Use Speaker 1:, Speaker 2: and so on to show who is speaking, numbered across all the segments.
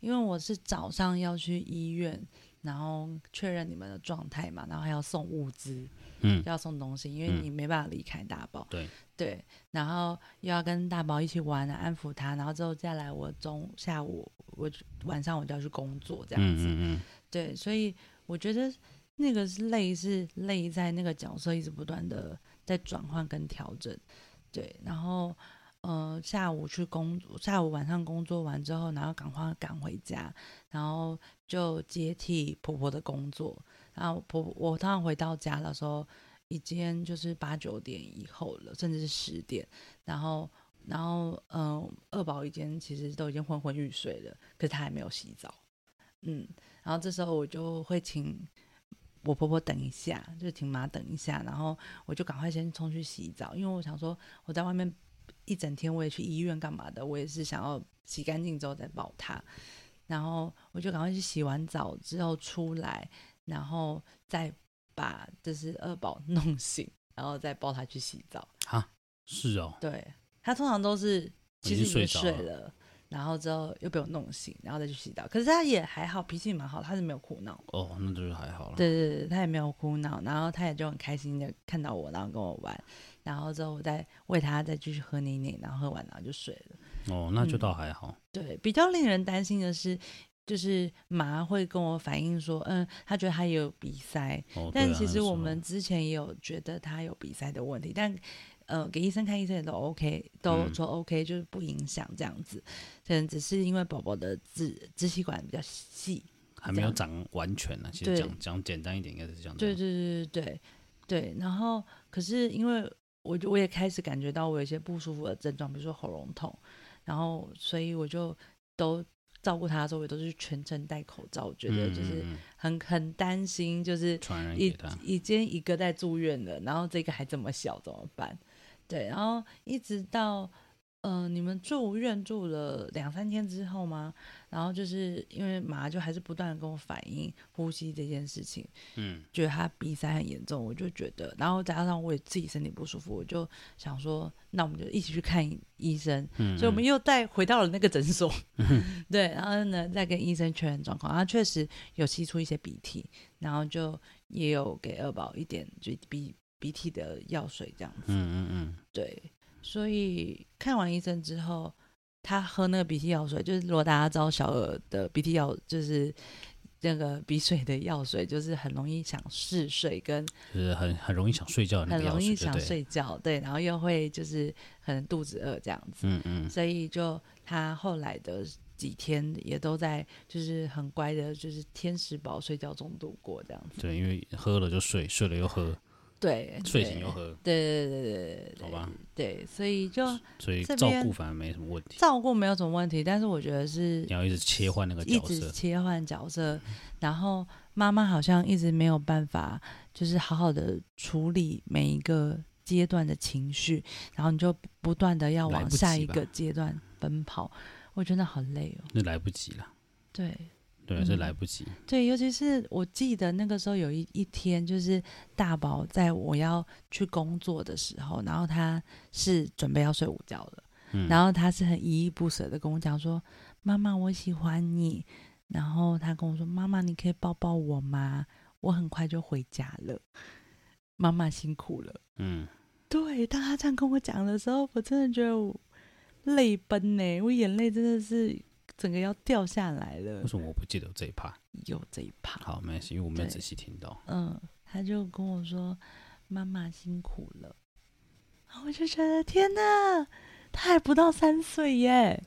Speaker 1: 因为我是早上要去医院，然后确认你们的状态嘛，然后还要送物资，
Speaker 2: 嗯，
Speaker 1: 要送东西，因为
Speaker 2: 嗯
Speaker 1: 你没办法离开大宝，
Speaker 2: 对
Speaker 1: 对，然后又要跟大宝一起玩啊，安抚他，然后之后再来我中下午我晚上我就要去工作这样
Speaker 2: 嗯
Speaker 1: 子，
Speaker 2: 嗯
Speaker 1: 对，所以我觉得那个是累是累在那个角色一直不断的在转换跟调整，对，然后呃下午去工作，下午晚上工作完之后，然后赶快赶回家，然后就接替婆婆的工作，然后婆婆我通常回到家的时候，已经就是八九点以后了，甚至是十点，然后。然后，嗯、二宝已经其实都已经昏昏欲睡了，可是他还没有洗澡，嗯，然后这时候我就会请我婆婆等一下，就请妈等一下，然后我就赶快先冲去洗澡，因为我想说我在外面一整天，我也去医院干嘛的，我也是想要洗干净之后再抱她。然后我就赶快去洗完澡之后出来，然后再把就是二宝弄醒，然后再抱他去洗澡。
Speaker 2: 是哦，
Speaker 1: 对他通常都是其实
Speaker 2: 已经睡
Speaker 1: 已经
Speaker 2: 着
Speaker 1: 睡
Speaker 2: 了
Speaker 1: 了，然后之后又被我弄醒，然后再去洗澡。可是他也还好，脾气蛮好，他是没有哭闹。
Speaker 2: 哦，那就是还好了。
Speaker 1: 对对对，他也没有哭闹，然后他也就很开心的看到我，然后跟我玩，然后之后我再喂他，再继续喝奶奶，然后喝完然后就睡了。
Speaker 2: 哦，那就倒还好。
Speaker 1: 对，比较令人担心的是，就是妈会跟我反映说，嗯，她觉得她也有鼻塞，
Speaker 2: 哦，对啊
Speaker 1: 嗯但其
Speaker 2: 那
Speaker 1: 实
Speaker 2: 时
Speaker 1: 我
Speaker 2: 候
Speaker 1: 们之前也有觉得她有鼻塞的问题，但呃，给医生看医生也都 OK，都
Speaker 2: 嗯
Speaker 1: 说 OK，、就是不影响这样子，可能只是因为宝宝的支支气管比较细，
Speaker 2: 还没有
Speaker 1: 这
Speaker 2: 长完全呢、其实
Speaker 1: 对
Speaker 2: 讲讲简单一点，应该是这样。
Speaker 1: 对，对对对对对，然后可是因为我就我也开始感觉到我有一些不舒服的症状，比如说喉咙痛，然后所以我就都照顾他的时候，我都是全程戴口罩，我觉得就是
Speaker 2: 嗯嗯嗯
Speaker 1: 很很担心，就是
Speaker 2: 传染
Speaker 1: 已
Speaker 2: 给他。
Speaker 1: 已经一个在住院了，然后这个还这么小怎么办？对，然后一直到呃你们住院住了两三天之后吗？然后就是因为马就还是不断的跟我反映呼吸这件事情，
Speaker 2: 嗯，
Speaker 1: 觉得他鼻塞很严重，我就觉得，然后加上我也自己身体不舒服，我就想说，那我们就一起去看医生。
Speaker 2: 嗯
Speaker 1: 所以我们又再回到了那个诊所， 对，然后呢，再跟医生确认状况，然后确实有吸出一些鼻涕，然后就也有给二宝一点就鼻鼻涕的药水这样子，
Speaker 2: 嗯嗯嗯
Speaker 1: 对，所以看完医生之后，他喝那个鼻涕药水，就是如果大家知道小儿的鼻涕药就是。那个鼻水的药水就是很容易想嗜睡，跟
Speaker 2: 嗯，就是很很容易想睡觉的那
Speaker 1: 很
Speaker 2: 个药
Speaker 1: 容
Speaker 2: 水，
Speaker 1: 易
Speaker 2: 对不
Speaker 1: 想
Speaker 2: 对？
Speaker 1: 睡觉，对，然后又会就是可能肚子饿这样子。
Speaker 2: 嗯嗯，
Speaker 1: 所以就他后来的几天也都在就是很乖的，就是天使宝睡觉中度过这样子。
Speaker 2: 对，因为喝了就睡，睡了又喝，
Speaker 1: 对，
Speaker 2: 睡醒又喝，
Speaker 1: 对。对对对对对对
Speaker 2: 好吧？
Speaker 1: 对，所以就
Speaker 2: 所以
Speaker 1: 这
Speaker 2: 照
Speaker 1: 边
Speaker 2: 顾反而没什么问题。
Speaker 1: 照顾没有什么问题，但是我觉得是
Speaker 2: 你要一直切换那个
Speaker 1: 一
Speaker 2: 角
Speaker 1: 直
Speaker 2: 色，嗯
Speaker 1: 切换角色，然后妈妈好像一直没有办法，就是好好的处理每一个阶段的情绪，然后你就不断的要
Speaker 2: 来
Speaker 1: 往
Speaker 2: 不及
Speaker 1: 下一
Speaker 2: 吧
Speaker 1: 个阶段奔跑，我真的好累哦。
Speaker 2: 那来不及了，
Speaker 1: 对，嗯
Speaker 2: 对，是来不及。
Speaker 1: 对，尤其是我记得那个时候有一一天，就是大宝在我要去工作的时候，然后他是准备要睡午觉了，
Speaker 2: 嗯，
Speaker 1: 然后他是很依依不舍的跟我讲说：“妈妈，我喜欢你。”然后他跟我说：“妈妈，你可以抱抱我吗？我很快就回家了，妈妈辛苦了。”
Speaker 2: 嗯，
Speaker 1: 对，当他这样跟我讲的时候，我真的觉得我泪奔呢、我眼泪真的是整个要掉下来了
Speaker 2: 为。什么我不记得有这一趴？
Speaker 1: 有这一趴。
Speaker 2: 好，没关系，因为我没有
Speaker 1: 对
Speaker 2: 仔细听到。
Speaker 1: 嗯，他就跟我说：“妈妈辛苦了。”然后我就觉得天哪，他还不到三岁耶，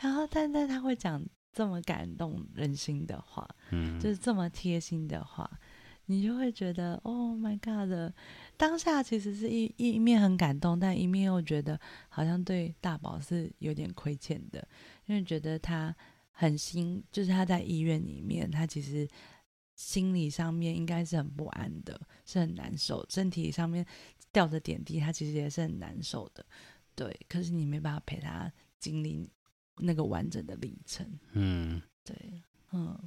Speaker 1: 然后但但他会讲这么感动人心的话，
Speaker 2: 嗯，
Speaker 1: 就是这么贴心的话，你就会觉得 Oh my God！当下其实是一一面很感动，但一面又觉得好像对大宝是有点亏欠的，因为觉得他很心，就是他在医院里面，他其实心理上面应该是很不安的，是很难受，身体上面吊着点滴，他其实也是很难受的。对，可是你没办法陪他经历那个完整的历程。
Speaker 2: 嗯，
Speaker 1: 对，嗯，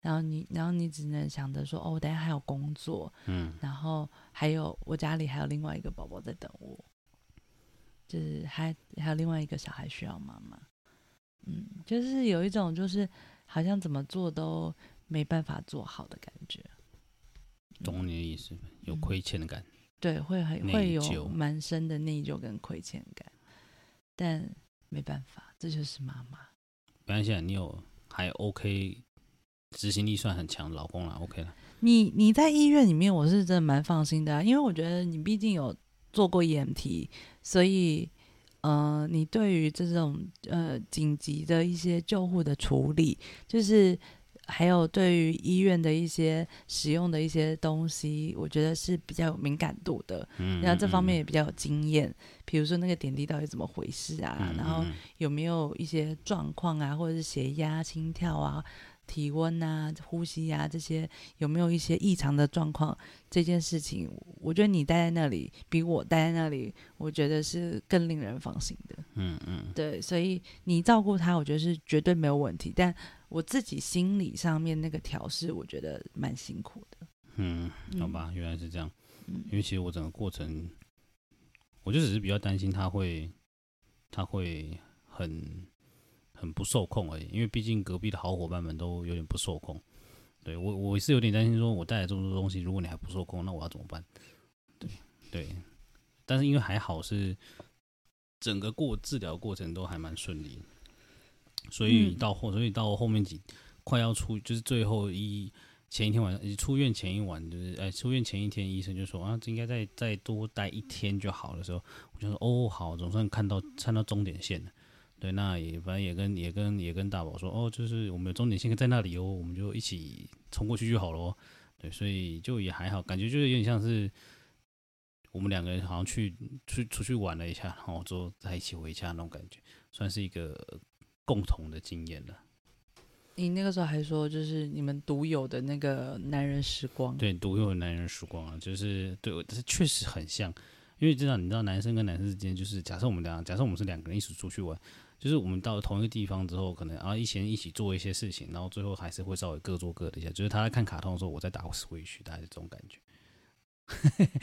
Speaker 1: 然后你，然后你只能想着说，哦，我等一下还有工作，
Speaker 2: 嗯，
Speaker 1: 然后还有我家里还有另外一个宝宝在等我，就是还还有另外一个小孩需要妈妈，嗯，就是有一种就是好像怎么做都没办法做好的感觉。
Speaker 2: 懂你的意思，有
Speaker 1: 嗯
Speaker 2: 亏欠的感，
Speaker 1: 对，会很
Speaker 2: 内
Speaker 1: 会
Speaker 2: 疚
Speaker 1: 有蛮深的内疚跟亏欠感，但没办法，这就是妈妈。
Speaker 2: 没关系啊，你有还 OK，执行力算很强，老公啦，OK 啦，
Speaker 1: 你你在医院里面，我是真的蛮放心的啊、因为我觉得你毕竟有做过 EMT，所以呃，你对于这种呃紧急的一些救护的处理，就是还有对于医院的一些使用的一些东西，我觉得是比较有敏感度的，
Speaker 2: 嗯，
Speaker 1: 然后这
Speaker 2: 嗯
Speaker 1: 方面
Speaker 2: 嗯
Speaker 1: 也比较有经验。比如说那个点滴到底怎么回事啊，
Speaker 2: 嗯
Speaker 1: 然后
Speaker 2: 嗯嗯
Speaker 1: 有没有一些状况啊，或者是血压、心跳啊、体温啊、呼吸啊这些，有没有一些异常的状况？这件事情，我觉得你待在那里比我待在那里，我觉得是更令人放心的。
Speaker 2: 嗯嗯，
Speaker 1: 对，所以你照顾他，我觉得是绝对没有问题。但我自己心理上面那个调试，我觉得蛮辛苦的。
Speaker 2: 嗯，
Speaker 1: 嗯
Speaker 2: 好，吧，原来是这样。
Speaker 1: 嗯
Speaker 2: 因为其实我整个过程，我就只是比较担心他会，他会很很不受控而已。因为毕竟隔壁的好伙伴们都有点不受控。对我，我是有点担心，说我带来这么多东西，如果你还不受控，那我要怎么办？对对，但是因为还好是整个过治疗过程都还蛮顺利的，所以
Speaker 1: 嗯
Speaker 2: 到后，所以到后面几快要出，就是最后一前一天晚上，呃出院前一晚，就是哎，出院前一天，医生就说啊，这应该再再多待一天就好的时候，我就说哦，好，总算看到看到终点线了。对，那也反正也跟也跟也跟大宝说哦，就是我们有终点线在那里哦，我们就一起冲过去就好了哦。对，所以就也还好，感觉就是有点像是我们两个人好像去去出去玩了一下，然后之后在一起回家那种感觉，算是一个呃共同的经验了。
Speaker 1: 你那个时候还说，就是你们独有的那个男人时光。
Speaker 2: 对，独有的男人曙光啊，就是对我，这确实很像，因为知道你知道男生跟男生之间，就是假设我们俩，假设我们是两个人一起出去玩，就是我们到了同一个地方之后，可能啊以前一起做一些事情，然后最后还是会稍微各做各的一下，就是他在看卡通的时候，我在打 Switch，大概是这种感觉。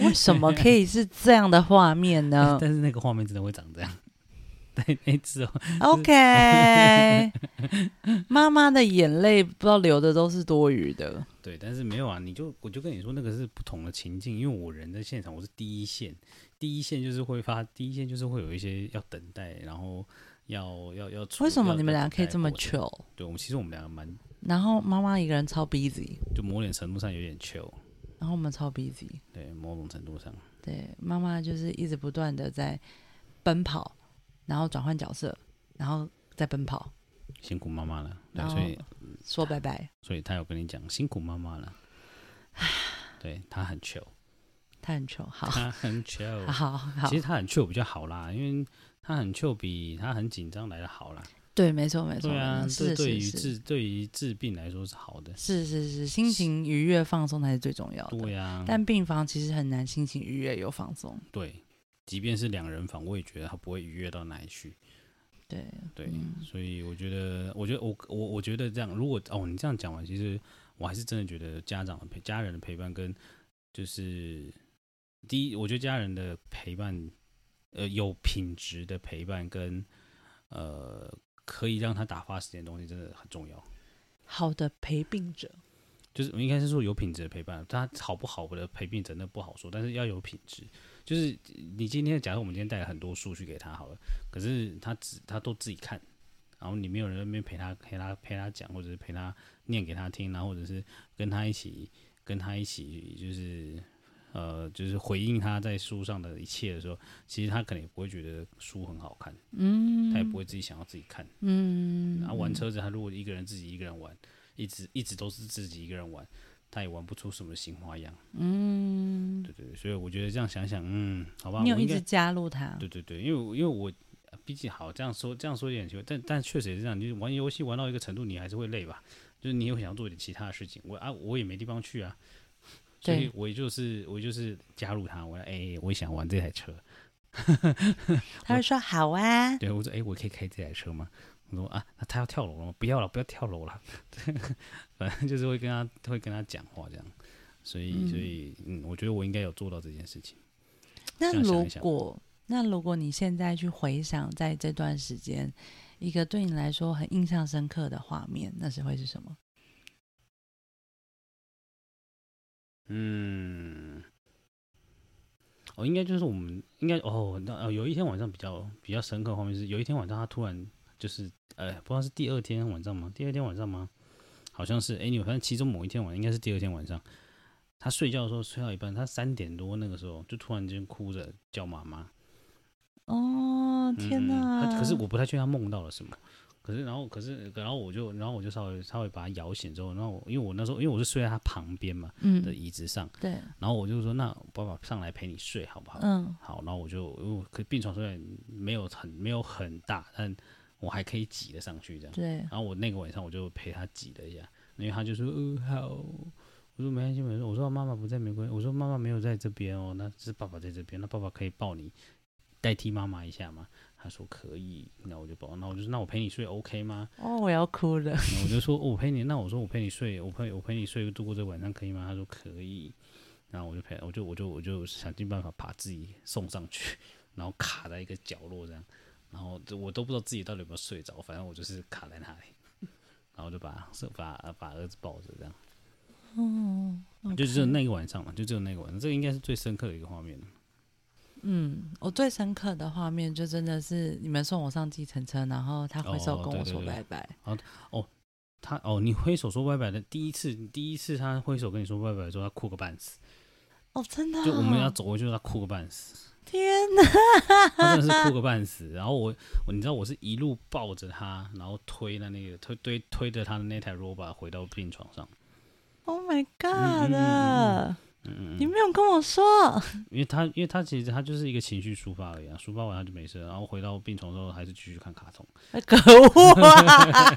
Speaker 1: 为什么可以是这样的画面呢
Speaker 2: 但是那个画面真的会长这样。 对，那之后
Speaker 1: ？OK，妈妈的眼泪不知道流的都是多余的。
Speaker 2: 对，但是没有啊，你就我就跟你说，那个是不同的情境，因为我人在现场，我是第一线，第一线就是会发，第一线就是会有一些要等待，然后要要要处。
Speaker 1: 为什么
Speaker 2: 要
Speaker 1: 你们
Speaker 2: 要
Speaker 1: 俩
Speaker 2: 等
Speaker 1: 可以
Speaker 2: 待
Speaker 1: 这么
Speaker 2: 过程
Speaker 1: chill？
Speaker 2: 对我们其实我们两个蛮，
Speaker 1: 然后妈妈一个人超 busy，
Speaker 2: 就某种程度上有点 chill，
Speaker 1: 然后我们超 busy。
Speaker 2: 对，某种程度上，
Speaker 1: 对，妈妈就是一直不断的在奔跑，然后转换角色，然后再奔跑，
Speaker 2: 辛苦妈妈了，对，
Speaker 1: 然后
Speaker 2: 所以
Speaker 1: 说拜拜。
Speaker 2: 所以他有跟你讲辛苦妈妈了，对他很 chill，
Speaker 1: 他很丑，好，
Speaker 2: 他 很 chill，
Speaker 1: 好，好
Speaker 2: 其，实他很 chill 比较好啦，因为他很 chill 比他很紧张来的好啦。
Speaker 1: 对，没错，没错，
Speaker 2: 对啊
Speaker 1: 没，错
Speaker 2: 这
Speaker 1: 是
Speaker 2: 对
Speaker 1: 是
Speaker 2: 于
Speaker 1: 是
Speaker 2: 治对于治病来说是好的。
Speaker 1: 是是是，心情愉悦放松才是最重要的。
Speaker 2: 对啊呀，
Speaker 1: 但病房其实很难心情愉悦又放松，
Speaker 2: 对，即便是两人房，我也觉得他不会愉悦到哪里去。
Speaker 1: 对，
Speaker 2: 对，
Speaker 1: 嗯
Speaker 2: 所以我觉得，我觉得我我我觉得这样，如果哦你这样讲完，其实我还是真的觉得家长的陪家人的陪伴跟就是第一，我觉得家人的陪伴，呃，有品质的陪伴跟呃可以让他打发时间的东西真的很重要。
Speaker 1: 好的陪病者，
Speaker 2: 就是应该是说有品质的陪伴，他好不好的陪病真的不好说，但是要有品质。就是你今天，假如我们今天带了很多数据给他好了，可是他只他都自己看，然后你没有人在那边陪他陪他陪他讲，或者是陪他念给他听，然后或者是跟他一起跟他一起就是呃就是回应他在书上的一切的时候，其实他可能也不会觉得书很好看，
Speaker 1: 嗯，
Speaker 2: 他也不会自己想要自己看。
Speaker 1: 嗯，
Speaker 2: 然后啊玩车子，他如果一个人自己一个人玩，一直一直都是自己一个人玩，他也玩不出什么新花样。
Speaker 1: 嗯，
Speaker 2: 对对对，所以我觉得这样想想，嗯，好吧，
Speaker 1: 你有
Speaker 2: 我
Speaker 1: 一
Speaker 2: 应该
Speaker 1: 直加入他，
Speaker 2: 对对对，因为我因为我呃毕竟好这样说这样说有点奇怪，但但确实也是这样，就是玩游戏玩到一个程度，你还是会累吧，就是你又想要做点其他的事情，我啊我也没地方去啊，所以
Speaker 1: 对
Speaker 2: 我也就是我就是加入他，我要哎、我也想玩这台车，
Speaker 1: 他会说好啊，
Speaker 2: 对，我说，哎、我可以开这台车吗？我说啊，那他要跳楼了吗？不要了，不要跳楼了。 反正就是会跟他会跟他讲话这样，所以所以嗯，我觉得我应该有做到这件事情。
Speaker 1: 那
Speaker 2: 这样想
Speaker 1: 如
Speaker 2: 一想
Speaker 1: 果那如果你现在去回想，在这段时间，一个对你来说很印象深刻的画面，那是会是什么？
Speaker 2: 嗯，哦，应该就是我们应该哦，那、呃、有一天晚上比较比较深刻的画面是，有一天晚上他突然就是呃，不知道是第二天晚上吗？第二天晚上吗？好像是，哎、你反正其中某一天晚上应该是第二天晚上，他睡觉的时候睡到一半，他三点多那个时候就突然间哭着叫妈妈，
Speaker 1: 哦，天
Speaker 2: 嗯
Speaker 1: 哪！
Speaker 2: 他可是我不太确定他梦到了什么。可是，然后，可是，然后我就，然后我就稍微稍微把他摇醒之后，然后我因为我那时候因为我是睡在他旁边嘛
Speaker 1: 嗯
Speaker 2: 的，椅子上，
Speaker 1: 对，
Speaker 2: 然后我就说那爸爸上来陪你睡好不好？
Speaker 1: 嗯
Speaker 2: 好，然后我就因为可病床虽然没有很没有很大，但我还可以挤得上去这样。
Speaker 1: 对，
Speaker 2: 然后我那个晚上我就陪他挤了一下，因为他就说嗯、呃、好，我说没关系没关系，我说妈妈不在没关系，我说妈妈没有在这边哦，那是爸爸在这边，那爸爸可以抱你代替妈妈一下吗？他说可以，那我就抱，那我就说那我陪你睡 OK 吗？
Speaker 1: 哦，我要哭了，
Speaker 2: 然后我就说、哦我陪你，那我说我陪你睡，我陪我陪你睡度过这个晚上可以吗？他说可以，然后我就陪，我就我就我就想尽办法把自己送上去，然后卡在一个角落这样，然后这我都不知道自己到底有没有睡着，反正我就是卡在那里，然后就把是把把儿子抱着这样，
Speaker 1: 嗯，
Speaker 2: 就只有
Speaker 1: OK
Speaker 2: 那个晚上嘛，就只有那个晚上，这个应该是最深刻的一个画面了。
Speaker 1: 嗯，我最深刻的画面就真的是你们送我上计程车，然后他挥手
Speaker 2: 哦
Speaker 1: 跟我
Speaker 2: 对对
Speaker 1: 说
Speaker 2: 对
Speaker 1: 拜拜。
Speaker 2: 他哦，你挥手说拜拜的第一次，第一次他挥手跟你说拜拜的时候，他哭个半死，
Speaker 1: 哦，真的啊、
Speaker 2: 就我们要走过去，他哭个半死。
Speaker 1: 天哪！
Speaker 2: 他真的是哭个半死。然后我，我你知道我是一路抱着他，然后推了那个推推推着他的那台 robot 回到病床上。
Speaker 1: Oh my
Speaker 2: 嗯
Speaker 1: god！、
Speaker 2: 嗯嗯
Speaker 1: 你
Speaker 2: 嗯，
Speaker 1: 没有跟我说，
Speaker 2: 因为他因为他其实他就是一个情绪抒发而已、啊，抒发完他就没事了，然后回到病床之后还是继续看卡通，
Speaker 1: 可恶啊！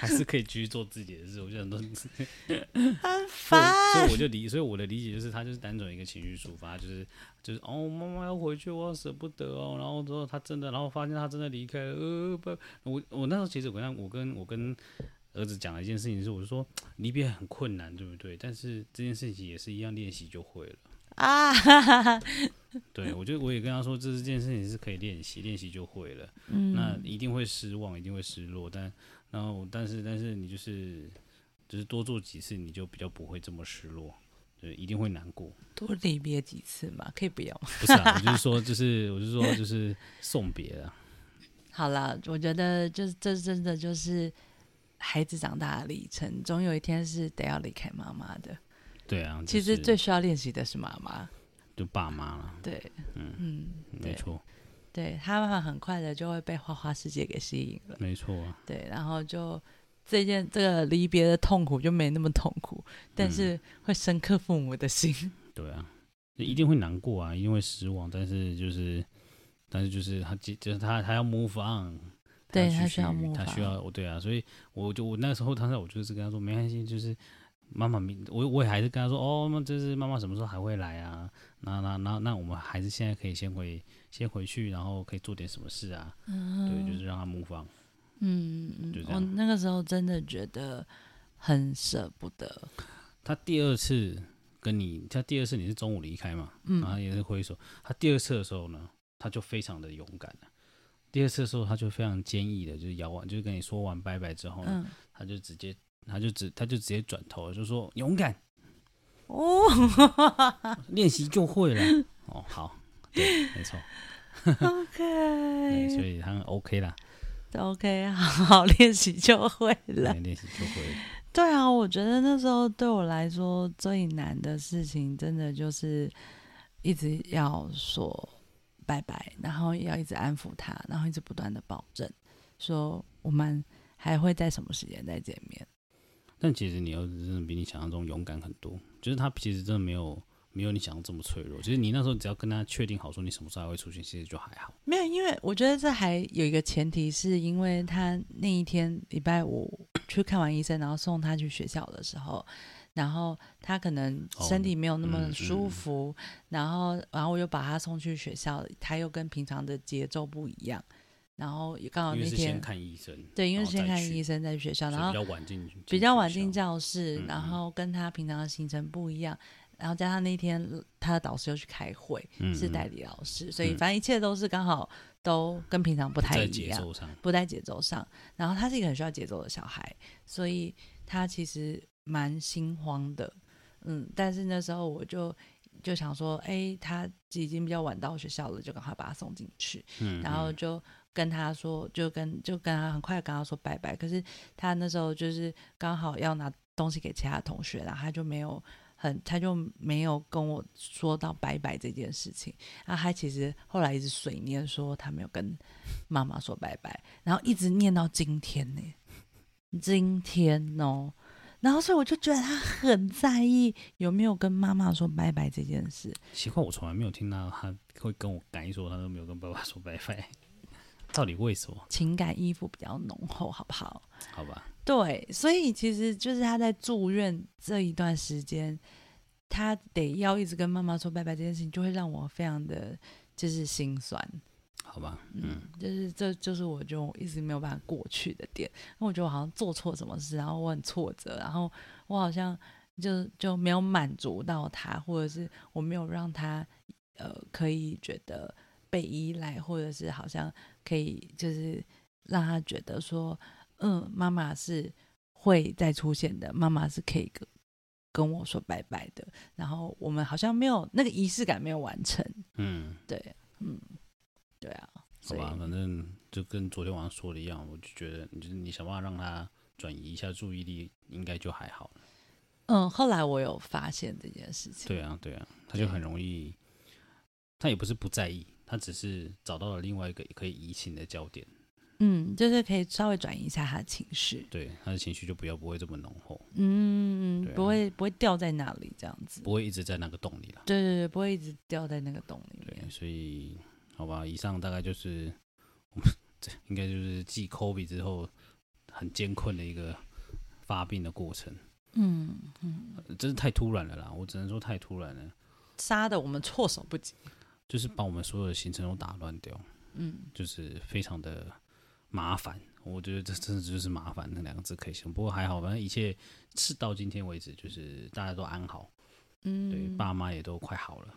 Speaker 2: 还是可以继续做自己的事。我就想说，
Speaker 1: 很
Speaker 2: 所以
Speaker 1: 烦。
Speaker 2: 我所以我就理，所以我的理解就是，他就是单纯一个情绪抒发，就是就是哦，妈妈要回去，我好舍不得哦。然后之后他真的，然后发现他真的离开了，呃不，我我那时候其实我跟他我跟我跟儿子讲了一件事情是，我就说离别很困难，对不对？但是这件事情也是一样，练习就会了。
Speaker 1: 啊，哈哈哈嗯
Speaker 2: 对，我就我也跟他说，这件事情是可以练习，练习就会了。那
Speaker 1: 嗯，
Speaker 2: 一定会失望，一定会失落，但然后但是但是你就是就是多做几次，你就比较不会这么失落，就是一定会难过。
Speaker 1: 多离别几次嘛，可以不要吗？
Speaker 2: 不是啊，我 就是说，就是我是说，就是送别啊。
Speaker 1: 好啦，我觉得就是这真的就是孩子长大的历程，总有一天是得要离开妈妈的。
Speaker 2: 对啊，就
Speaker 1: 其实
Speaker 2: 是
Speaker 1: 最需要练习的是妈妈。
Speaker 2: 就爸妈了，
Speaker 1: 对，
Speaker 2: 嗯
Speaker 1: 嗯，
Speaker 2: 没错，
Speaker 1: 对他们很快的就会被花花世界给吸引了，
Speaker 2: 没错啊，
Speaker 1: 对，然后就这件这个离别的痛苦就没那么痛苦，但
Speaker 2: 嗯
Speaker 1: 是会深刻父母的 心。
Speaker 2: 对啊，就一定会难过啊，一定会失望，但是就是，但是就是他，就是他，他要 move on，
Speaker 1: 对
Speaker 2: 他
Speaker 1: 他
Speaker 2: 需
Speaker 1: 需要 move
Speaker 2: 他需要，我对啊，所以我就我那时候，当时我就是跟他说，没关系，就是妈妈明，我我也还是跟他说，哦，那就是妈妈什么时候还会来啊？那那那那我们还是现在可以先回先回去，然后可以做点什么事啊？对，就是让他 move on。
Speaker 1: 嗯嗯
Speaker 2: 就
Speaker 1: 嗯，
Speaker 2: 这
Speaker 1: 我
Speaker 2: 样
Speaker 1: 那个时候真的觉得很舍不得。
Speaker 2: 他第二次跟你，他第二次你是中午离开嘛，然后
Speaker 1: 嗯，
Speaker 2: 也是挥手。他第二次的时候呢，他就非常的勇敢了。第二次的时候，他就非常坚毅的，就是摇完，就是跟你说完拜拜之后呢，
Speaker 1: 嗯，
Speaker 2: 他就直接，他就直，他就直接转头就说勇敢，
Speaker 1: 哦，
Speaker 2: 练习就会了。 哦，好，对，没错，对，所
Speaker 1: OK，OK，
Speaker 2: 以他 OK 啦，
Speaker 1: 好好练习就会了
Speaker 2: 对。练习就会了。
Speaker 1: 对啊，我觉得那时候对我来说最难的事情，真的就是一直要说拜拜，然后要一直安抚他，然后一直不断的保证说我们还会在什么时间再见面。
Speaker 2: 但其实你儿子真的比你想象中勇敢很多，就是他其实真的没有没有你想象这么脆弱。就是你那时候只要跟他确定好说你什么时候还会出现，其实就还好。
Speaker 1: 没有，因为我觉得这还有一个前提，是因为他那一天礼拜五去看完医生，然后送他去学校的时候，然后他可能
Speaker 2: 哦
Speaker 1: 身体没有那
Speaker 2: 嗯
Speaker 1: 么
Speaker 2: 嗯
Speaker 1: 舒服，然后然后我又把他送去学校，他又跟平常的节奏不一样，然后也刚好
Speaker 2: 因为
Speaker 1: 哦那
Speaker 2: 是先
Speaker 1: 天
Speaker 2: 看医生，
Speaker 1: 对，因为
Speaker 2: 然后
Speaker 1: 先
Speaker 2: 再
Speaker 1: 看
Speaker 2: 去
Speaker 1: 医生再去学校，
Speaker 2: 所以
Speaker 1: 然后
Speaker 2: 比较晚进去，
Speaker 1: 比较晚进
Speaker 2: 学校。
Speaker 1: 教室，
Speaker 2: 嗯
Speaker 1: 然
Speaker 2: 嗯
Speaker 1: 后跟他平常的行程不一样，然后加上那天他的导师又去开会，
Speaker 2: 嗯
Speaker 1: 是
Speaker 2: 嗯
Speaker 1: 代理老师，所以
Speaker 2: 嗯
Speaker 1: 反正一切都是刚好都跟平常不太
Speaker 2: 在
Speaker 1: 一
Speaker 2: 节
Speaker 1: 样，
Speaker 2: 奏上，
Speaker 1: 不在节奏上。然后他是一个很需要节奏的小孩，所以他其实蛮心慌的。嗯，但是那时候我就就想说，哎、他已经比较晚到学校了，就赶快把他送进去。
Speaker 2: 嗯，
Speaker 1: 然后
Speaker 2: 嗯
Speaker 1: 就跟他说，就跟就跟他很快地跟他说拜拜。可是他那时候就是刚好要拿东西给其他同学，然后他就没有很，他就没有跟我说到拜拜这件事情。然后他其实后来一直碎念说他没有跟妈妈说拜拜，然后一直念到今天呢、今天哦。然后，所以我就觉得他很在意有没有跟妈妈说拜拜这件事。
Speaker 2: 奇怪，我从来没有听到他会跟我干说，他都没有跟爸爸说拜拜， 到底为什么？
Speaker 1: 情感依附比较浓厚，好不好？
Speaker 2: 好吧，
Speaker 1: 对，所以其实就是他在住院这一段时间，他得要一直跟妈妈说拜拜这件事情，就会让我非常的就是心酸。
Speaker 2: 好吧，
Speaker 1: 嗯
Speaker 2: 嗯，，
Speaker 1: 就是这就是我就一直没有办法过去的点，因为我觉得我好像做错什么事，然后我很挫折，然后我好像就就没有满足到他，或者是我没有让他呃可以觉得被依赖，或者是好像可以就是让他觉得说，嗯，妈妈是会再出现的，妈妈是可以跟跟我说拜拜的，然后我们好像没有那个仪式感没有完成，
Speaker 2: 嗯，
Speaker 1: 对，嗯，对啊，
Speaker 2: 好
Speaker 1: 所以
Speaker 2: 吧，反正就跟昨天晚上说的一样，我就觉得，就是你想办法让他转移一下注意力，应该就还好了。
Speaker 1: 嗯，后来我有发现这件事情。
Speaker 2: 对啊，对啊，他就很容易，他也不是不在意，他只是找到了另外一个可以移情的焦点，
Speaker 1: 嗯，就是可以稍微转移一下他的情绪，
Speaker 2: 对他的情绪就不要不会这么浓厚，
Speaker 1: 嗯，
Speaker 2: 对啊
Speaker 1: 不会不会掉在那里这样子。
Speaker 2: 不会一直在那个洞里了。
Speaker 1: 对对对，不会一直掉在那个洞里
Speaker 2: 对，
Speaker 1: 面。
Speaker 2: 所以好吧，以上大概就是我们 这应该就是继 Kobe 之后很艰困的一个发病的过程，
Speaker 1: 嗯嗯，
Speaker 2: 呃真是太突然了啦！我只能说太突然了，
Speaker 1: 杀的我们措手不及。
Speaker 2: 就是把我们所有的行程都打乱掉，
Speaker 1: 嗯，
Speaker 2: 就是非常的麻烦。我觉得这真的就是麻烦那两个字可以形容，不过还好，反正一切是到今天为止，就是大家都安好，
Speaker 1: 嗯，
Speaker 2: 对，爸妈也都快好了，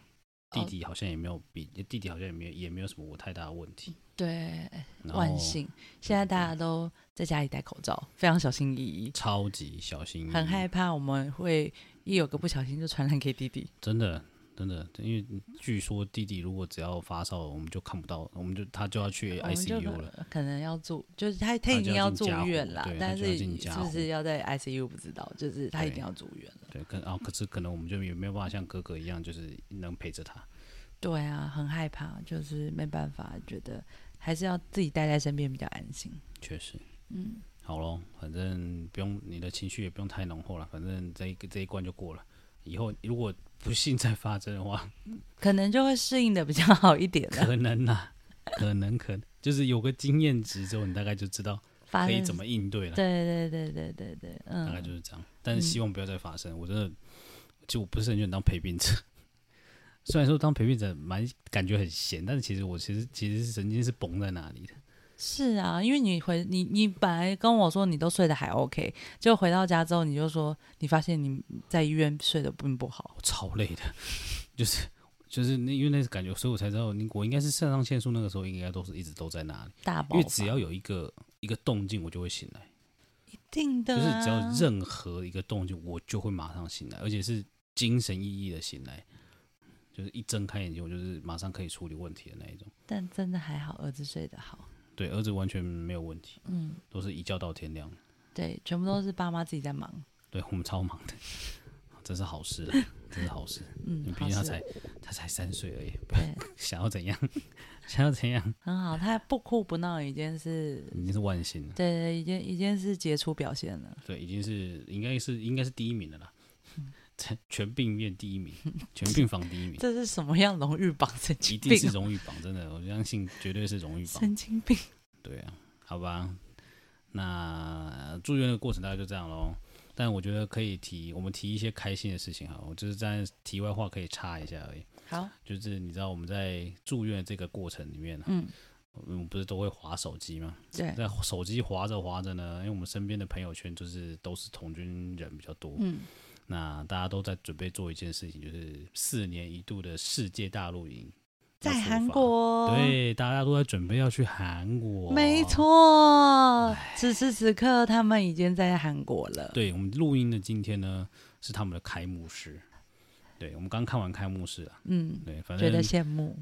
Speaker 2: 弟
Speaker 1: 哦
Speaker 2: 弟好像也没有比弟弟好像也没有也没有什么太大的问题，
Speaker 1: 对，
Speaker 2: 然
Speaker 1: 万
Speaker 2: 后
Speaker 1: 幸，现在大家都在家里戴口罩，非常小心翼翼，
Speaker 2: 超级小心翼翼，
Speaker 1: 很害怕我们会一有个不小心就传染给弟弟。
Speaker 2: 真的，真的，因为据说弟弟如果只要发烧，我们就看不到，我们就他就要去
Speaker 1: 我们就
Speaker 2: ICU 了。
Speaker 1: 可可能要住，就是他他
Speaker 2: 他
Speaker 1: 已
Speaker 2: 就
Speaker 1: 经
Speaker 2: 要
Speaker 1: 要
Speaker 2: 进
Speaker 1: 住
Speaker 2: 加护
Speaker 1: 院啦
Speaker 2: 对，他
Speaker 1: 但
Speaker 2: 就是要进
Speaker 1: 是
Speaker 2: 加
Speaker 1: 不
Speaker 2: 护
Speaker 1: 是要在 ICU 不知道，就是他一
Speaker 2: 对
Speaker 1: 定要住院了。
Speaker 2: 对，可啊，可是可能我们就也没有办法像哥哥一样，就是能陪着他。
Speaker 1: 对啊，很害怕，就是没办法，觉得还是要自己待在身边比较安心。
Speaker 2: 确实，
Speaker 1: 嗯，
Speaker 2: 好咯，反正不用你的情绪也不用太浓厚了，反正这一个这一关就过了。以后如果不幸再发生 的话，
Speaker 1: 可能就会适应的比较好一点了。
Speaker 2: 可能呐、可能可能就是有个经验值之后，你大概就知道
Speaker 1: 发
Speaker 2: 可以
Speaker 1: 生
Speaker 2: 怎么应对了。
Speaker 1: 对对对对对对，嗯，
Speaker 2: 大概就是这样。但
Speaker 1: 嗯
Speaker 2: 是希望不要再发生。我真的，其实我不是很喜欢当陪病者。 虽然说当陪病者蛮感觉很闲，但是其实我其实其实是神经是绷在那里的。
Speaker 1: 是啊，因为你回你你本来跟我说你都睡得还 OK，结果回到家之后你就说你发现你在医院睡得并不好。
Speaker 2: 我超累的， 就是就是那因为那是感觉，所以我才知道你我应该是肾上腺素那个时候应该都是一直都在那里，
Speaker 1: 大爆
Speaker 2: 因
Speaker 1: 发
Speaker 2: 为只要有一个一个动静我就会醒来，
Speaker 1: 一定的、
Speaker 2: 就
Speaker 1: 啊，
Speaker 2: 是只要任何一个动静我就会马上醒来，而且是精神奕奕的醒来，就是一睁开眼睛我就是马上可以处理问题的那一种。
Speaker 1: 但真的还好，儿子睡得好。
Speaker 2: 对，儿子完全没有问题，
Speaker 1: 嗯，
Speaker 2: 都是一觉到天亮。
Speaker 1: 对，全部都是爸妈自己在忙。
Speaker 2: 对我们超忙的，真是好事啊，真 是好事。
Speaker 1: 嗯，
Speaker 2: 毕
Speaker 1: 好
Speaker 2: 竟他
Speaker 1: 事
Speaker 2: 才他才三岁而已，
Speaker 1: 对，
Speaker 2: 想要怎样，想要怎样，
Speaker 1: 很好，他不哭不闹已经是，
Speaker 2: 已经是万幸了。
Speaker 1: 对对，已经已经是杰出表现了。
Speaker 2: 对，已经是应该是应该是第一名了啦，
Speaker 1: 嗯
Speaker 2: 在 全病院第 一名，全病房第一名，
Speaker 1: 这是什么样荣誉榜？神
Speaker 2: 一
Speaker 1: 经
Speaker 2: 定
Speaker 1: 病
Speaker 2: 是
Speaker 1: 啊，
Speaker 2: 荣誉榜，真的，我相信绝对是荣誉榜。
Speaker 1: 神经病。
Speaker 2: 对啊，好吧，那住院的过程大概就这样喽。但我觉得可以提，我们提一些开心的事情哈。我就是在题外话可以插一下而已。
Speaker 1: 好，
Speaker 2: 就是你知道我们在住院这个过程里面，
Speaker 1: 嗯，
Speaker 2: 嗯，不是都会划手机吗？
Speaker 1: 对，
Speaker 2: 在手机划着划着呢，因为我们身边的朋友圈就是都是童军人比较多，
Speaker 1: 嗯
Speaker 2: 那大家都在准备做一件事情，就是四年一度的世界大露营，要
Speaker 1: 在
Speaker 2: 出
Speaker 1: 韩
Speaker 2: 发。
Speaker 1: 国，，
Speaker 2: 对，大家都在准备要去韩国，
Speaker 1: 没。错。此时此刻，他们已经在韩国了。
Speaker 2: 对我们录音的今天呢，是他们的开幕式。对，我们刚看完开幕式啊，
Speaker 1: 嗯，
Speaker 2: 对，反
Speaker 1: 觉
Speaker 2: 正
Speaker 1: 得羡慕。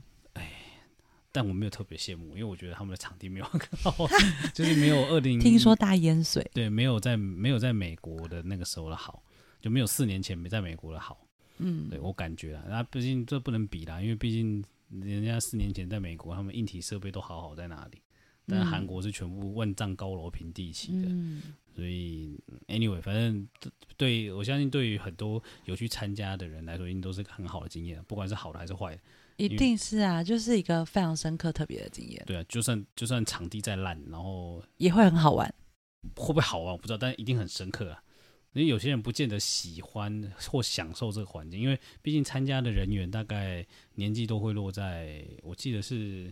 Speaker 2: 但我没有特别羡慕，因为我觉得他们的场地没有很 好，就是没有二零
Speaker 1: 听说大淹水，
Speaker 2: 对，没有在没有在美国的那个时候的好，就没有四年前没在美国的好。
Speaker 1: 嗯，
Speaker 2: 对我感觉啊，那毕竟这不能比啦，因为毕竟人家四年前在美国，他们硬体设备都好好在那里，但是韩
Speaker 1: 嗯
Speaker 2: 国是全部万丈高楼平地起的，
Speaker 1: 嗯，
Speaker 2: 所以嗯 anyway，反正这对我相信对于很多有去参加的人来说，一定都是个很好的经验，啊不管是好的还是坏的。
Speaker 1: 一
Speaker 2: 因为
Speaker 1: 定是啊，就是一个非常深刻、特别的经验，
Speaker 2: 对啊，就算就算场地再烂，然后
Speaker 1: 也会很好玩。
Speaker 2: 会不会好玩啊我不知道，但一定很深刻啊。因为有些人不见得喜欢或享受这个环境，因为毕竟参加的人员大概年纪都会落在，我记得是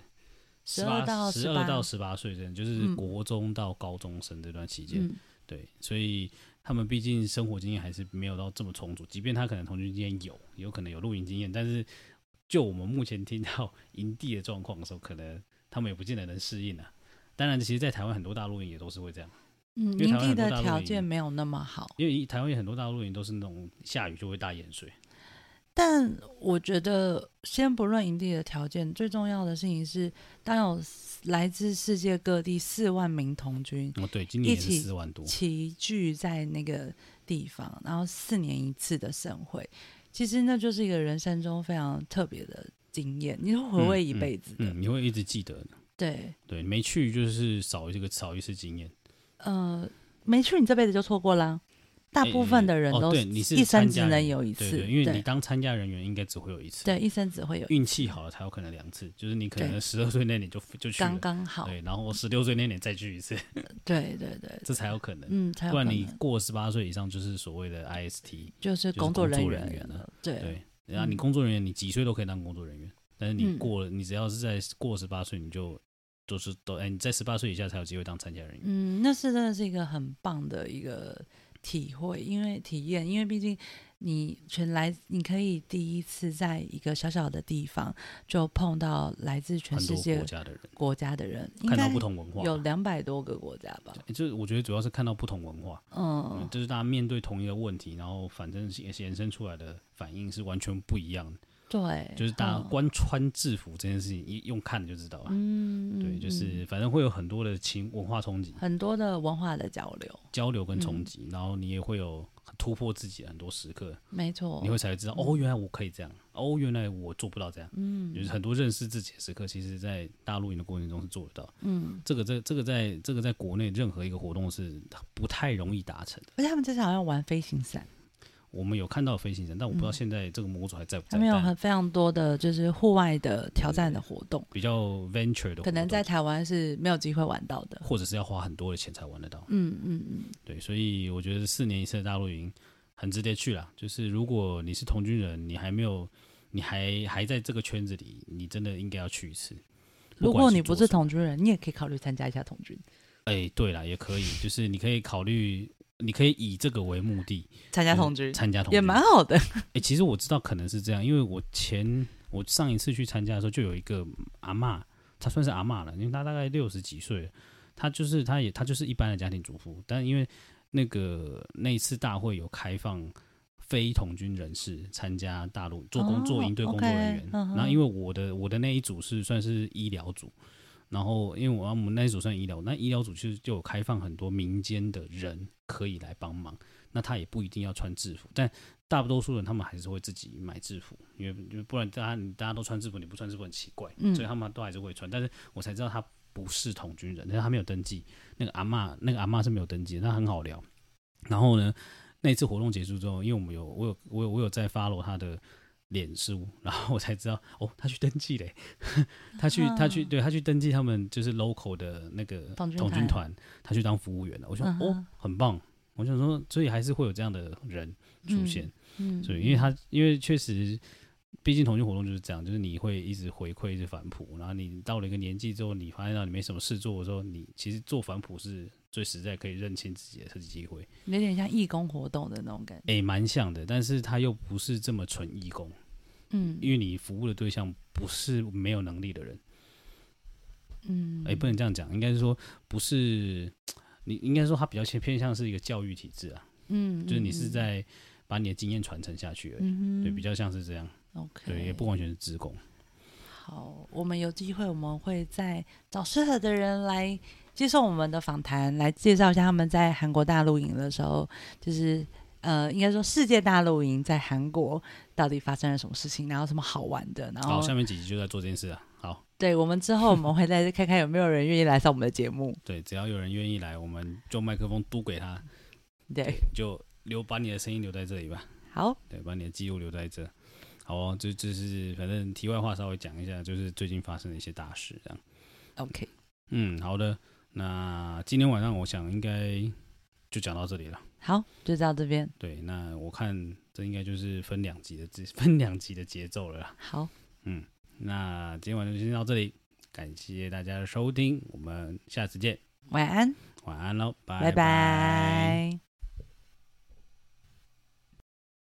Speaker 2: 十
Speaker 1: 12到
Speaker 2: 十二
Speaker 1: 18
Speaker 2: 到十八岁这样，就是
Speaker 1: 嗯
Speaker 2: 国中到高中生这段期间。
Speaker 1: 嗯，
Speaker 2: 对，所以他们毕竟生活经验还是没有到这么充足，即便他可能同居经验有，有可能有露营经验，但是就我们目前听到营地的状况的时候，可能他们也不见得能适应啊。当然，其实，在台湾很多大露营也都是会这样，
Speaker 1: 嗯，
Speaker 2: 为台
Speaker 1: 营
Speaker 2: 湾
Speaker 1: 地
Speaker 2: 很多大
Speaker 1: 的
Speaker 2: 陆
Speaker 1: 条
Speaker 2: 营
Speaker 1: 件没有那么好，
Speaker 2: 因为台湾有很多大露营都是那种下雨就会大淹水，
Speaker 1: 但我觉得，先不论营地的条件，最重要的事情是，当有来自世界各地四万名童军
Speaker 2: 哦，对，今年
Speaker 1: 一
Speaker 2: 也是
Speaker 1: 起
Speaker 2: 四万多，
Speaker 1: 齐聚在那个地方，然后四年一次的盛会，其实那就是一个人生中非常特别的经验，你会回味一辈子的。
Speaker 2: 嗯，你会一直记得，
Speaker 1: 对，
Speaker 2: 对，没去就是少一个少一次经验。
Speaker 1: 呃，没去你这辈子就错过啦。大部分的人
Speaker 2: 哦
Speaker 1: 都
Speaker 2: 对你是
Speaker 1: 一生
Speaker 2: 参
Speaker 1: 只
Speaker 2: 加
Speaker 1: 能
Speaker 2: 人
Speaker 1: 有一
Speaker 2: 对
Speaker 1: 次，
Speaker 2: 对，因为你当参加人员应该只会有一次，
Speaker 1: 对一生只会有一
Speaker 2: 运气好了才有可能两次，就是你可能
Speaker 1: 对
Speaker 2: 十二岁那年就就去了，
Speaker 1: 刚刚好，
Speaker 2: 对，然后十六岁那年再去一次，
Speaker 1: 对对对，
Speaker 2: 这才有可能。
Speaker 1: 嗯，才有
Speaker 2: 不
Speaker 1: 可
Speaker 2: 然你
Speaker 1: 能
Speaker 2: 过十八岁以上就是所谓的 IST，
Speaker 1: 就是
Speaker 2: 是
Speaker 1: 工作
Speaker 2: 工
Speaker 1: 人
Speaker 2: 作
Speaker 1: 员
Speaker 2: 人员了，
Speaker 1: 对
Speaker 2: 对，然后你工作人员你几岁都可以当工作人员，但是你
Speaker 1: 嗯
Speaker 2: 过了，你只要是在过十八岁，你就都是都哎，你在十八岁以下才有机会当参加人员。
Speaker 1: 嗯，那是真的是一个很棒的一个体会，因为体验，因为毕竟你全来，你可以第一次在一个小小的地方就碰到来自全
Speaker 2: 很
Speaker 1: 世
Speaker 2: 多
Speaker 1: 界
Speaker 2: 国家的人
Speaker 1: 国家的人，应
Speaker 2: 看到
Speaker 1: 该
Speaker 2: 不同文化，
Speaker 1: 有两百多个国家吧，
Speaker 2: 对就是我觉得主要是看到不同文化，嗯
Speaker 1: 嗯，
Speaker 2: 就是大家面对同一个问题，然后反正是衍生出来的反应是完全不一样的。
Speaker 1: 对，
Speaker 2: 就是大家
Speaker 1: 嗯
Speaker 2: 光穿制服这件事情，一用看就知道了。
Speaker 1: 嗯，
Speaker 2: 对，
Speaker 1: 嗯
Speaker 2: 就是
Speaker 1: 嗯
Speaker 2: 反正会有很多的情文化冲击、
Speaker 1: 很多的文化的交流，
Speaker 2: 交流跟冲
Speaker 1: 嗯
Speaker 2: 击，然后你也会有很突破自己的很多时刻，
Speaker 1: 没错
Speaker 2: 你，会才知道哦，原来我可以这样，哦，原来我做不到这样。
Speaker 1: 嗯
Speaker 2: 就是很多认识自己的时刻，其实在大陆营的过程中是做得到。
Speaker 1: 嗯，
Speaker 2: 这个在这个在这个在国内任何一个活动是不太容易达成的。
Speaker 1: 而且他们这次好像玩飞行伞，
Speaker 2: 我们有看到飞行人，但我不知道
Speaker 1: 嗯
Speaker 2: 现在这个模组还在不在。
Speaker 1: 他们有
Speaker 2: 但
Speaker 1: 很非常多的就是户外的挑战的活动。
Speaker 2: 比较 venture 的活动，
Speaker 1: 可能在台湾是没有机会玩到的。
Speaker 2: 或者是要花很多的钱才玩得到。
Speaker 1: 嗯嗯嗯，
Speaker 2: 对，所以我觉得四年一次的大陆营很值得去啦。就是如果你是同军人，你还没有，你还还在这个圈子里，你真的应该要去一次。
Speaker 1: 如
Speaker 2: 管
Speaker 1: 果你不
Speaker 2: 做
Speaker 1: 是
Speaker 2: 什么，
Speaker 1: 同军人，你也可以考虑参加一下同军，
Speaker 2: 哎，对啦，也可以，就是你可以考虑，你可以以这个为目 的
Speaker 1: 参加同军
Speaker 2: 嗯参加同
Speaker 1: 也
Speaker 2: 军
Speaker 1: 蛮好的。
Speaker 2: 哎、其实我知道可能是这样，因为我前我上一次去参加的时候，就有一个阿嬷，她算是阿嬷了，因为她大概六十几岁了，她就是她也她就是一般的家庭主妇，但因为那个那一次大会有开放非童军人士参加大陆做工
Speaker 1: 哦
Speaker 2: 作营队工作人员，
Speaker 1: OK，嗯哼
Speaker 2: 然后因为我的我的那一组是算是医疗组。然后，因为我我们那一组算医疗，那医疗组其实就有开放很多民间的人可以来帮忙，那他也不一定要穿制服，但大多数人他们还是会自己买制服，因为因为不然大家你大家都穿制服，你不穿制服很奇怪，
Speaker 1: 嗯
Speaker 2: 所以他们都还是会穿。但是我才知道他不是同军人，但是他没有登记。那个阿嬷，那个阿嬷是没有登记的，那很好聊。然后呢，那一次活动结束之后，因为我们有我有我有我有在 follow 他的脸书，然后我才知道哦，他去登记嘞，他去他去对他去登记他们就是 local 的那个
Speaker 1: 童嗯军
Speaker 2: 童军
Speaker 1: 团
Speaker 2: 团，他去当服务员了。我想、
Speaker 1: 嗯
Speaker 2: 哦
Speaker 1: 哼，
Speaker 2: 很棒。我想说，所以还是会有这样的人出现。
Speaker 1: 嗯，
Speaker 2: 所以，因为他因为确实，毕竟同性活动就是这样，就是你会一直回馈，一直反哺，然后你到了一个年纪之后，你发现到你没什么事做的时候，你其实做反哺是最实在可以认清自己的设计机会，
Speaker 1: 有点像义工活动的那种感觉。
Speaker 2: 诶、蛮像的，但是它又不是这么纯义工，
Speaker 1: 嗯
Speaker 2: 因为你服务的对象不是没有能力的人，
Speaker 1: 嗯，
Speaker 2: 诶、哎不能这样讲，应该是说不是，你应该说它比较偏偏向是一个教育体制啊，
Speaker 1: 嗯，嗯，
Speaker 2: 就是你是
Speaker 1: 嗯，
Speaker 2: 在把你的经验传承下去而已，
Speaker 1: 嗯哼，
Speaker 2: 对，比较像是这样，
Speaker 1: 嗯 OK，
Speaker 2: 对，也不完全是职工，
Speaker 1: 好，我们有机会我们会再找适合的人来接受我们的访谈，来介绍一下他们在韩国大露营的时候，就是呃，应该说世界大露营在韩国到底发生了什么事情，然后什么好玩的，然
Speaker 2: 好，
Speaker 1: 后
Speaker 2: 下面几集就在做这件事啊，好，
Speaker 1: 对我们之后我们会再看看有没有人愿意来上我们的节目，
Speaker 2: 对，只要有人愿意来，我们就麦克风嘟给他，
Speaker 1: 对，
Speaker 2: 就留把你的声音留在这里吧。
Speaker 1: 好，
Speaker 2: 对，把你的记录留在这。好哦，这这是反正题外话稍微讲一下，就是最近发生的一些大事这样。
Speaker 1: OK，
Speaker 2: 嗯，好的，那今天晚上我想应该就讲到这里了。
Speaker 1: 好，就到这边，
Speaker 2: 对，那我看这应该就是分两集的节 分两集的节奏了啦。
Speaker 1: 好，
Speaker 2: 那今天晚上就先到这里，感谢大家的收听，我们下次见，
Speaker 1: 晚安，
Speaker 2: 晚安喽，
Speaker 1: 拜
Speaker 2: 拜
Speaker 1: 拜